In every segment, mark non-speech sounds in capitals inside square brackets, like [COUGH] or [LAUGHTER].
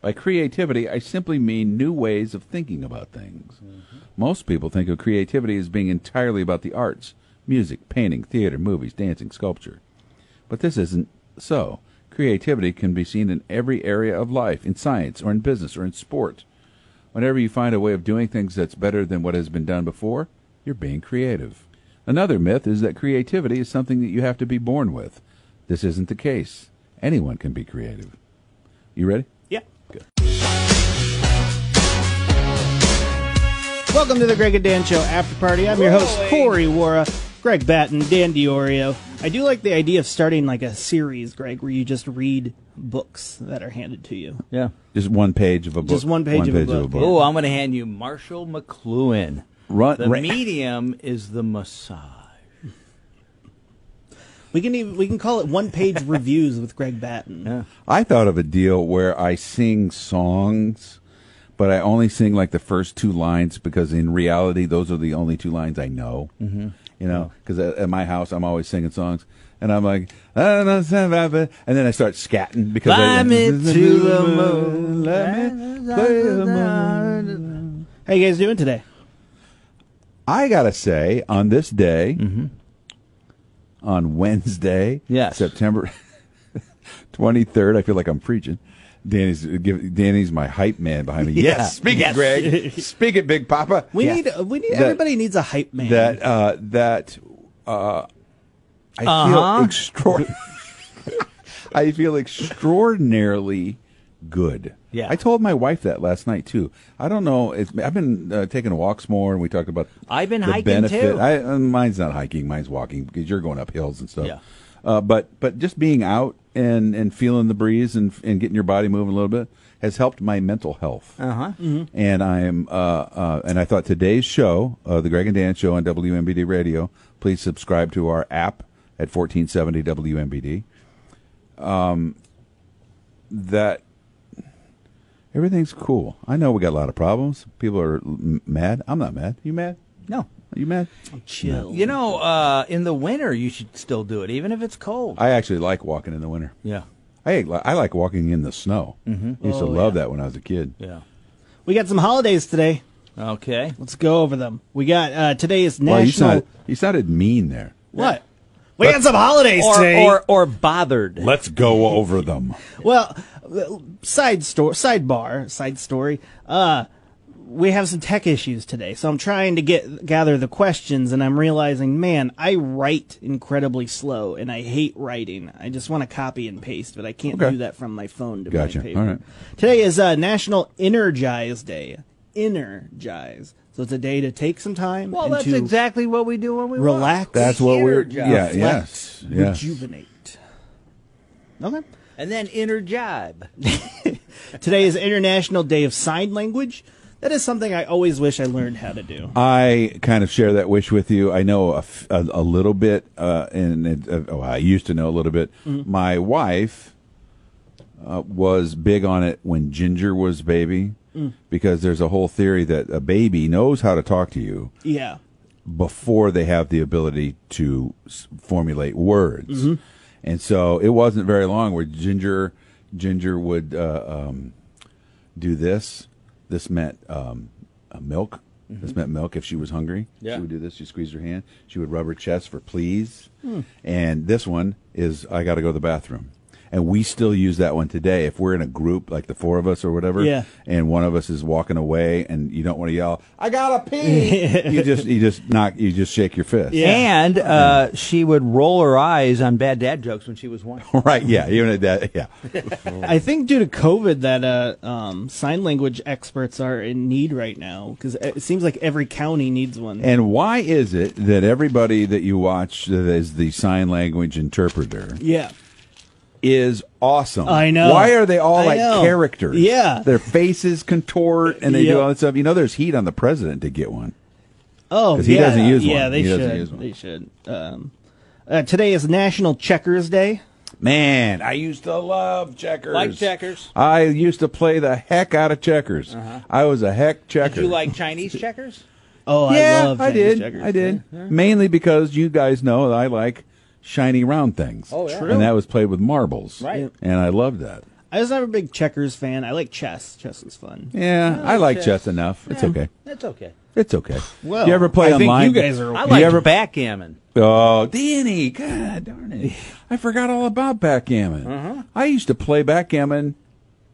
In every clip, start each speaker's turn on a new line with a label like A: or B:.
A: By creativity, I simply mean new ways of thinking about things. Most people think of creativity as being entirely about the arts music, painting, theater, movies, dancing, sculpture. But this isn't so. Creativity can be seen in every area of life, in science, or in business, or in sport. Whenever you find a way of doing things that's better than what has been done before, you're being creative. Another myth is that creativity is something that you have to be born with. This isn't the case. Anyone can be creative. You ready?
B: Yeah.
C: Good.
B: Welcome to the Greg and Dan Show After Party. I'm your host,
C: Roy.
B: Corey Wara, Greg Batten, Dan Diorio. I do like the idea of starting like a series, Greg, where you just read books that are handed to you.
A: Yeah. Just one page of a book.
B: Just one page of a book, yeah.
C: Oh, I'm going to hand you Marshall McLuhan.
A: Run-
C: the
A: ra-
C: medium is the massage.
B: We can even we can call it one
A: [LAUGHS]
B: page reviews with Greg Batten.
A: I thought of a deal where I sing songs, but I only sing like the first two lines because in reality, those are the only two lines I know. Mm-hmm. You know, because at, at my house, I'm always singing songs. And I'm like, "Ah, "I don't know, something about it," and then I start scatting because I, [LAUGHS]
C: Fly me to the moon.
A: Let me play the moon.
B: How you guys doing today?
A: I gotta say, on this day,
B: Mm-hmm.
A: on Wednesday,
C: Yes.
A: September [LAUGHS] twenty third, I feel like I'm preaching. Danny's give, Danny's my hype man
B: [LAUGHS]
A: behind me.
C: Yeah.
A: Yes, speak
C: Yes.
A: it, Greg. speak it, Big Papa.
B: We
C: Yeah.
B: need we need
A: That-
B: everybody needs a hype man.
A: that uh, that uh, I
C: Uh-huh.
A: feel extraordinary. [LAUGHS] I feel extraordinarily good.
C: Yeah.
A: I told my wife that last night too. I don't know. It's, I've been uh, taking walks more, and we talked about.
C: I've been
A: the
C: hiking,
A: benefit.
C: too.
A: I, uh, mine's not hiking. Mine's walking because you're going up hills and stuff.
C: Yeah.
A: Uh, but but just being out and and feeling the breeze and and getting your body moving a little bit has helped my mental health. Uh huh. And I'm uh, uh and I thought today's show, uh, the Greg and Dan show on WMBD Radio. Please subscribe to our app at 1470 WMBD. Um, that everything's cool. I know we got a lot of problems. People are m- mad. I'm not mad. You mad?
C: No.
A: Are you mad?
B: chill.
C: You know, uh, in the winter, you should still do it, even if it's cold.
A: I actually like walking in the winter.
C: yeah.
A: I like- I like walking in the snow. Mm-hmm. I used to
B: Oh,
A: love that when I was a kid.
C: Yeah.
B: we got some holidays today.
C: Okay.
B: Let's go over them. We got uh, today is
A: Well, you
B: national.
A: sounded you sounded mean there.
B: what? We got some holidays
C: Or,
B: today.
C: or or bothered.
A: Let's go over them.
B: well, uh, side store, sidebar, side story. Uh, we have some tech issues today, so I'm trying to get gather the questions, and I'm realizing, man, I write incredibly slow, and I hate writing. I just want to copy and paste, but I can't
A: Okay.
B: do that from my phone to
A: Gotcha.
B: my paper.
A: All right.
B: Today is uh, National Energize Day. Energize. So it's a day to take some time.
C: Well,
B: and
C: that's
B: to
C: exactly what we do when we walk.
B: relax.
A: That's what we're.
C: Energize.
A: Yeah.
B: Flex,
A: Yes. Yes.
B: rejuvenate. Okay.
C: And then inner jibe.
B: Today is International Day of Sign Language. That is something I always wish I learned how to do.
A: I kind of share that wish with you. I know a, f- a- a little bit, uh, and it, uh, oh, I used to know a little bit. My wife uh, was big on it when Ginger was baby, because there's a whole theory that a baby knows how to talk to you
B: Yeah.
A: before they have the ability to s- formulate words. And so it wasn't very long where Ginger Ginger would uh, um, do this. This meant um, uh, milk. This meant milk if she was hungry.
C: Yeah.
A: She would do this. She squeezed her hand. She would rub her chest for please. And this one is I got to go to the bathroom. And we still use that one today. If we're in a group, like the four of us or whatever,
B: Yeah.
A: and one of us is walking away, and you don't want to yell, "I gotta
B: [LAUGHS]
A: pee." you just you just knock you just shake your fist.
B: Yeah.
C: And uh, she would roll her eyes on bad dad jokes when she was one.
A: [LAUGHS] Right. Yeah. Even at that. Yeah.
B: [LAUGHS] I think due to COVID that uh, um, sign language experts are in need right now because it seems like every county needs one.
A: And why is it that everybody that you watch that is the sign language interpreter
B: yeah.
A: is awesome?
B: I know.
A: Why are they all
B: I
A: like
B: know.
A: characters?
B: Yeah.
A: Their faces contort and they
B: Yep.
A: do all that stuff. You know, there's heat on the president to get one.
B: Oh,
A: 'Cause he
B: yeah.
A: doesn't use
B: yeah,
A: one.
B: they
A: He
B: should.
A: doesn't use one.
B: They should. Um, uh, today is National Checkers Day.
A: Man, I used to love checkers.
C: Like checkers?
A: I used to play the heck out of checkers.
B: Uh-huh.
A: I was a heck checker.
C: Did you like Chinese checkers?
B: Oh,
A: yeah,
B: I love
A: I
B: Chinese
A: did.
B: checkers.
A: I did. Mainly because you guys know that I like shiny round things.
C: Oh, yeah.
B: True.
A: And that was played with marbles.
C: Right.
A: And I loved that.
B: I I was never a big checkers fan. I like chess. Chess is fun.
A: Yeah, I like
C: chess.
A: chess enough. It's okay.
C: That's okay.
A: It's okay.
B: Well,
A: you ever play
B: I think
A: online?
B: you guys are-
C: I
B: You
C: like
A: ever-
C: backgammon.
A: Oh, Danny! God darn it! I forgot all about backgammon.
C: Uh-huh.
A: I used to play backgammon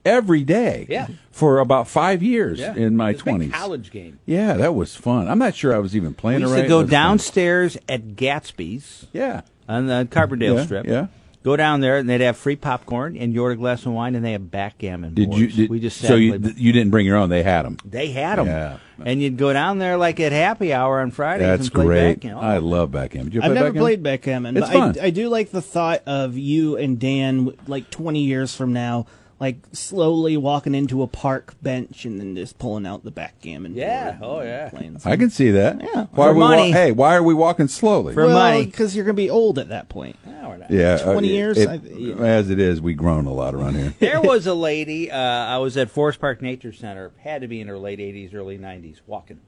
A: every day.
C: Yeah.
A: For about five years
C: Yeah.
A: in my
C: It's a big
A: twenties.
C: college game.
A: Yeah, that was fun. I'm not sure I was even
C: We
A: playing. it
C: used
A: right.
C: to go
A: It was fun.
C: downstairs at Gatsby's
A: Yeah.
C: on the Carbondale
A: Yeah,
C: Strip.
A: yeah.
C: Go down there and they'd have free popcorn and you order a glass of wine and they have backgammon.
A: Did you?
C: boards.
A: Did,
C: we just sat
A: so
C: and
A: you,
C: played-
A: th- you didn't bring your own? They had them.
C: they had them.
A: Yeah.
C: And you'd go down there like at happy hour on Fridays
A: That's
C: and play
A: great.
C: backgammon.
A: I love backgammon. Did you
B: I've
A: play
B: never
A: backgammon?
B: played backgammon,
A: It's
B: but
A: fun.
B: I, I do like the thought of you and Dan, w- like 20 years from now, like slowly walking into a park bench and then just pulling out the backgammon.
C: Yeah.
B: board
C: Oh,
B: and
C: yeah.
B: playing some-
A: I can see that.
B: Yeah.
A: Why are
C: For
A: we wa-
C: money.
A: hey, why are we walking slowly?
C: For- money.
B: because you're gonna be old at that point.
C: No, we're not.
A: yeah.
B: 20
A: uh,
B: years?
A: it-
B: I- yeah.
A: As it is, we grown a lot around here. [LAUGHS]
C: there was a lady. Uh, I was at Forest Park Nature Center. Had to be in her late eighties, early nineties. Walking,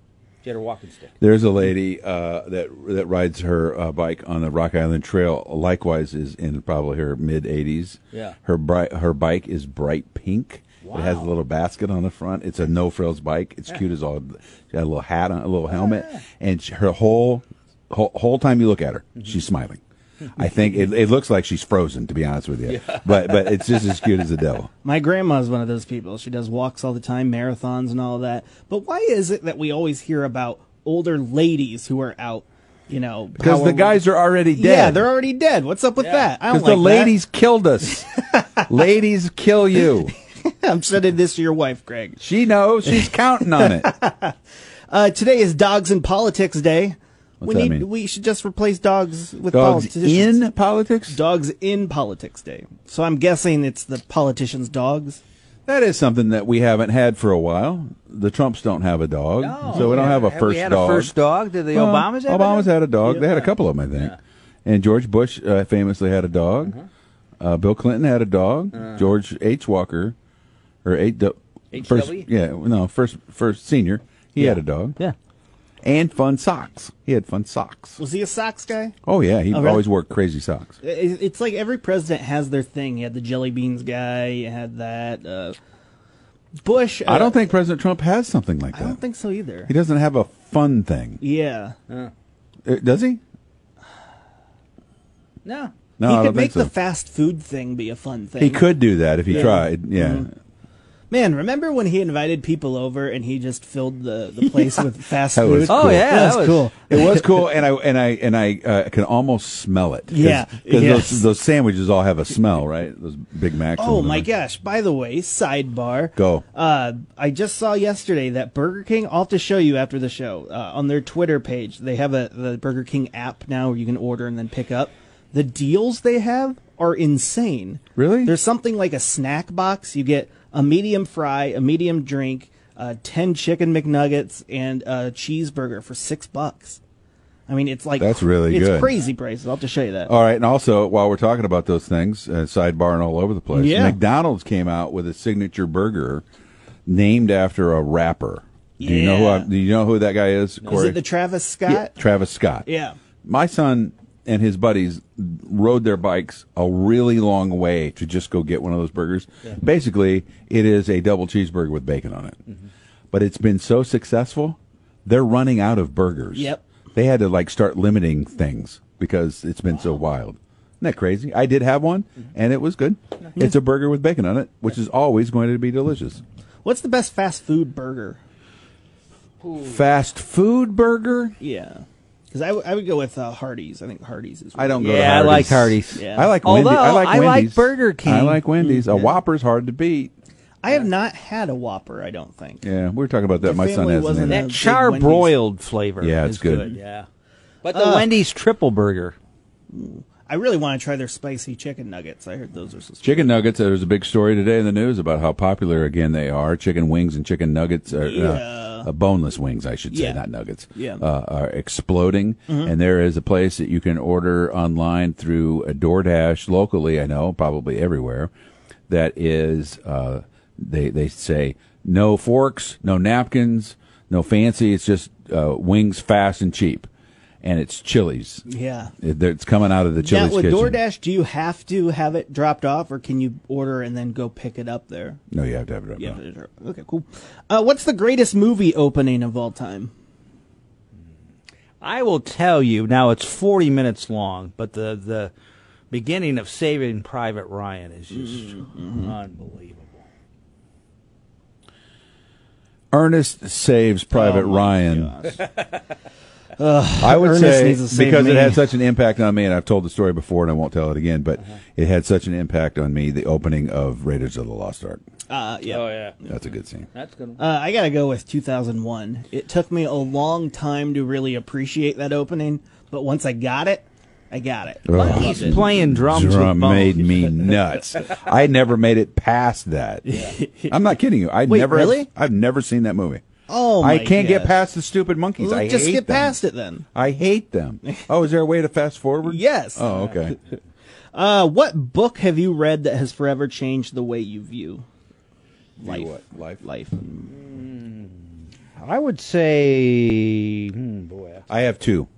C: she had her walking stick.
A: There's a lady uh, that that rides her uh, bike on the Rock Island Trail. Likewise, is in probably her mid 80s.
C: Yeah.
A: Her bright her bike is bright pink. It has a
C: Wow.
A: little basket on the front. It's a no frills bike. It's cute as all. She had a little hat on, a little helmet, and she, her whole, whole whole time you look at her,
B: Mm-hmm.
A: she's smiling. I think it, it looks like she's frozen, to be honest with you. But but it's just as cute as the
B: [LAUGHS]
A: devil.
B: My grandma's one of those people. She does walks all the time, marathons and all that. But why is it that we always hear about older ladies who are out, you know?
A: Because
B: power-
A: the guys are already dead.
B: Yeah, they're already dead. What's up with that? I don't
A: because
B: like
A: the
B: [LAUGHS]
A: ladies killed us. ladies kill you.
B: that. I'm sending this to your wife, Greg.
A: She knows. She's counting on it.
B: Uh, today is Dogs in Politics Day. we
A: that
B: need.
A: mean?
B: We should just replace dogs with
A: Dogs
B: politicians.
A: in politics?
B: Dogs in Politics Day. So I'm guessing it's the politicians' dogs.
A: That is something that we haven't had for a while. The Trumps don't have a dog, so we don't have a
C: Oh, Have
A: first
C: we had
A: dog.
C: a first dog. Did the
A: Well,
C: Obamas have? a
A: Obama's
C: dog?
A: had a dog. They had a couple of them, I think. And George Bush uh, famously had a dog. Uh, Bill Clinton had a dog. George H. Walker, or eight du- first,
C: HW?
A: yeah, no, first first senior. He had a dog.
C: Yeah.
A: And fun socks. He had fun socks.
B: Was he a socks guy?
A: Oh yeah, he
B: really?
A: always wore crazy socks.
B: It- It's like every president has their thing. You had the jelly beans guy. You had that uh, Bush. uh,
A: I don't think President Trump has something like
B: I
A: that.
B: don't think so either.
A: he doesn't have a fun thing.
B: Yeah,
A: Uh, Does he?
C: No.
A: No,
B: he
A: I
B: could
A: don't
B: make
A: think so.
B: the fast food thing be a fun thing.
A: he could do that if he
B: Yeah. Mm-hmm.
A: tried. Yeah.
B: Man, remember when he invited people over and he just filled the,
A: [LAUGHS]
B: the place with fast
A: That
B: food?
A: was cool.
C: Oh, yeah,
B: that
C: that
B: was
C: was-
B: cool.
A: It was cool, and I and I and I uh, can almost smell it. Cause,
B: Yeah,
A: 'cause
B: yes.
A: those, those sandwiches all have a smell, right? Those Big Macs. and
B: Oh my
A: whatever.
B: gosh! By the way, sidebar.
A: Go.
B: Uh, I just saw yesterday that Burger King. I'll have to show you after the show uh, on their Twitter page. They have a the Burger King app now where you can order and then pick up. The deals they have are insane.
A: Really?
B: There's something like a snack box. You get a medium fry, a medium drink, uh, ten chicken McNuggets, and a cheeseburger for six bucks. I mean, it's like
A: That's really
B: it's
A: good. Oh,
B: crazy prices. I'll have to show you that.
A: All right, and also while we're talking about those things, uh, sidebar and all over the place.
B: Yeah.
A: McDonald's came out with a signature burger named after a rapper. Do you know who? I,
B: Yeah.
A: do you know who that guy is?
B: Is
A: Corey?
B: it the Travis Scott?
A: Travis Scott.
B: Yeah.
A: My son and his buddies rode their bikes a really long way to just go get one of those burgers. Basically, it is a double cheeseburger with bacon on it. But it's been so successful, they're running out of burgers.
B: Yep.
A: They had to like start limiting things because it's been so wild. Isn't that crazy? I did have one and it was good. It's a burger with bacon on it, which is always going to be delicious.
B: What's the best fast food burger?
A: Fast food burger?
B: Yeah, because I, w- I would go with uh, Hardee's. I think Hardee's is.
A: I don't go to
C: Yeah, I like Hardee's.
B: Yeah.
A: I like
C: Although,
A: Wendy's. I like
C: I like
A: Wendy's.
C: Burger King. Mm.
A: I like Wendy's. A Whopper's hard to beat.
B: I have not had a Whopper. I don't think.
A: Yeah, we were talking about that.
B: Your
A: My son
B: family
A: has
B: wasn't
A: an
B: Yeah,
C: That
B: big
C: char
B: Wendy's.
C: broiled flavor.
A: Yeah, it's
C: is
A: good.
C: good. Yeah. But the Wendy's triple burger.
B: I really want to try their spicy chicken nuggets. I heard those are so.
A: Chicken nuggets. There was a big story today in the news about how popular again they are. Chicken wings and chicken nuggets, are, uh,
B: Yeah.
A: uh, boneless wings, I should say,
B: Yeah.
A: not nuggets,
B: Yeah. Mm-hmm.
A: uh, are exploding. And there is a place that you can order online through a DoorDash locally. I know, probably everywhere. That is, uh, they they say no forks, no napkins, no fancy. It's just uh, wings, fast and cheap. and it's Chili's.
B: Yeah.
A: It- It's coming out of the Chili's
B: now with
A: kitchen.
B: DoorDash, do you have to have it dropped off, or can you order and then go pick it up there?
A: No, you have to have it up.
B: Yeah.
A: now.
B: Okay, cool. Uh, what's the greatest movie opening of all time?
C: I will tell you now. It's forty minutes long, but the the beginning of Saving Private Ryan is just
A: Mm-hmm.
C: unbelievable.
A: Ernest saves Private
B: Oh, my
A: Ryan.
B: gosh.
A: [LAUGHS] I would
B: Ernest
A: say
B: needs to save
A: because it
B: me.
A: had such an impact on me, and I've told the story before, and I won't tell it again. But it had such an impact on me. The opening of Raiders of the Lost Ark.
B: Uh, yeah.
C: Oh yeah,
A: That's a good scene.
C: that's good.
B: Uh, I gotta go with 2001. It took me a long time to really appreciate that opening, but once I got it, I got it.
A: Ugh.
C: He's playing drums
A: Drum
C: with bones.
A: made me nuts. I never made it past that. I'm not kidding you. I
B: Wait,
A: never
B: really?
A: I've never seen that movie.
B: Oh,
A: I
B: my
A: can't get
B: gosh.
A: past the stupid monkeys.
B: Well,
A: I
B: just
A: hate
B: get
A: them.
B: past it then.
A: I hate
B: [LAUGHS]
A: them. Oh, is there a way to fast forward?
B: Yes.
A: Oh, okay.
B: Uh, what book have you read that has forever changed the way you view life?
A: what? Life?
B: Life.
C: I would say, hmm, boy,
A: I have two.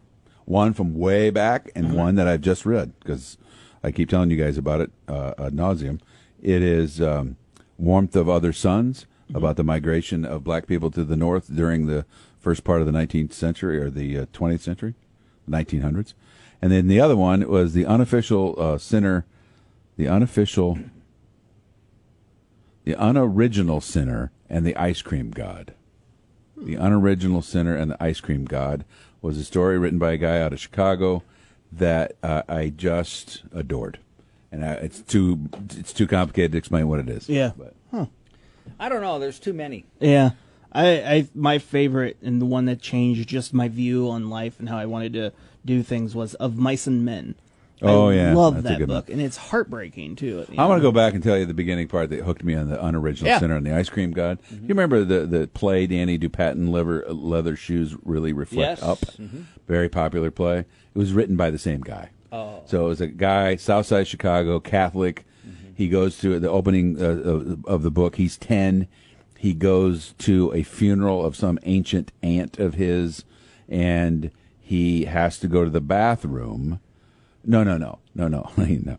A: One from way back and one that I've just read because I keep telling you guys about it uh, ad nauseum. It is um, Warmth of Other Suns about the migration of black people to the north during the first part of the 19th century or the uh, 20th century, 1900s. And then the other one was the unofficial uh, center, the unofficial, the unoriginal sinner and the ice cream god. The Unoriginal Sinner and the Ice Cream God was a story written by a guy out of Chicago that uh, I just adored. And I, it's too it's too complicated to explain what it is.
B: Yeah.
A: But
C: I don't know. There's too many.
B: Yeah. I, I my favorite and the one that changed just my view on life and how I wanted to do things was of Mice and Men.
A: Oh,
B: I
A: yeah.
B: love
A: That's a
B: that
A: good one.
B: book, and it's heartbreaking too.
A: I want to go back and tell you the beginning part that hooked me on the Unoriginal
B: Yeah. Mm-hmm.
A: Sinner and the Ice Cream God. Do You remember the the play Danny DuPatin Leather Leather Shoes Really Reflect
C: Yes.
A: Up? Very popular play. It was written by the same guy.
C: Oh.
A: So it was a guy, Southside Chicago, Catholic. He goes to the opening uh, of, of the book. He's 10. He goes to a funeral of some ancient aunt of his, and he has to go to the bathroom. No, no, no, no, no, [LAUGHS] no.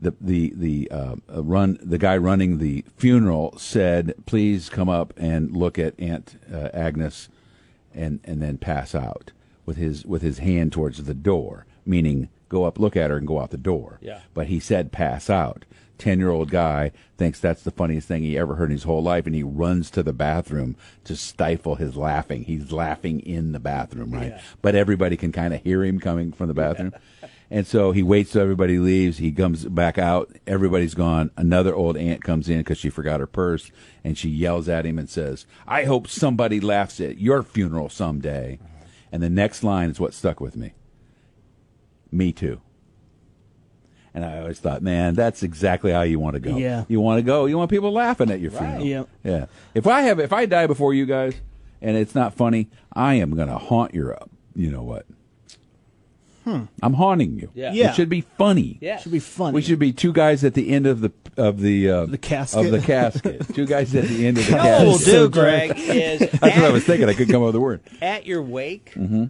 A: The the the uh, uh, run the guy running the funeral said, "Please come up and look at Aunt uh, Agnes, and and then pass out with his with his hand towards the door, meaning go up, look at her, and go out the door."
C: Yeah.
A: But he said, "Pass out." Ten year old guy thinks that's the funniest thing he ever heard in his whole life, and he runs to the bathroom to stifle his laughing. He's laughing in the bathroom, right? But everybody can kind of hear him coming from the bathroom. And so he waits till everybody leaves. He comes back out. Everybody's gone. Another old aunt comes in because she forgot her purse and she yells at him and says, I hope somebody laughs at your funeral someday. And the next line is what stuck with me. Me too. And I always thought, man, that's exactly how you want to go.
B: Yeah.
A: You want to go. You want people laughing at your funeral.
B: Yeah.
A: Yeah. If I have, if I die before you guys, and it's not funny, I am going to haunt your, you know what? Hmm. I'm haunting you.
C: Yeah.
B: Yeah.
A: It should be funny.
C: Yeah.
B: should be funny.
A: We should be two guys at the end of the of the uh, the
B: casket.
A: of the casket. two guys at the end of the
C: What
A: casket.
C: we'll
B: That's so
C: do, [LAUGHS] Greg, is
A: [LAUGHS] That's what I
C: at-
A: was thinking. I couldn't come up with the word.
C: at your wake,
A: Mm-hmm.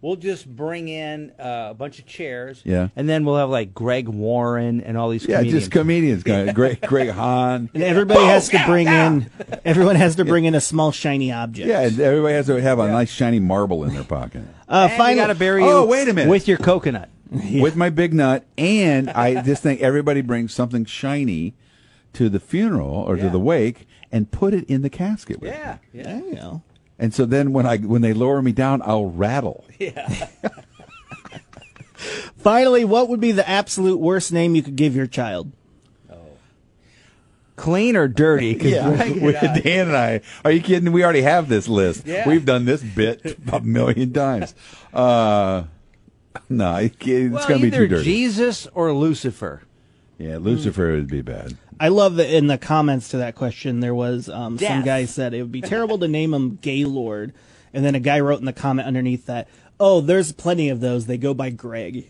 C: we'll just bring in uh, a bunch of chairs.
A: Yeah.
C: And then we'll have like Greg Warren and all these
A: Yeah,
C: comedians.
A: just comedians. guy. Greg, Greg Hahn.
B: And everybody has to bring in everyone has to bring in a small shiny object.
A: Yeah, and everybody has to have a nice shiny marble in their pocket.
B: Uh,
C: And we
B: final.
C: gotta bury you
A: Oh, wait a minute.
C: with your coconut.
A: with my big nut, and I just think everybody brings something shiny to the funeral or to
C: Yeah.
A: the wake and put it in the casket. With
C: Yeah.
A: me.
C: Yeah.
B: There you go.
A: And so then when I when they lower me down, I'll rattle.
B: Finally, what would be the absolute worst name you could give your child?
C: Clean or dirty? 'cause [LAUGHS]
A: With- with Dan and I, are you kidding? We already have this list.
C: Yeah.
A: We've done this
C: [LAUGHS]
A: bit a million times. Uh, no, it- it's
C: Well,
A: going to be
C: either
A: too dirty.
C: Jesus or Lucifer.
A: yeah, Lucifer would be bad.
B: I love that in the comments to that question there was um, some
C: Death.
B: guy said it would be terrible to name him Gaylord, and then a guy wrote in the comment underneath that, "Oh, there's plenty of those. They go by Greg."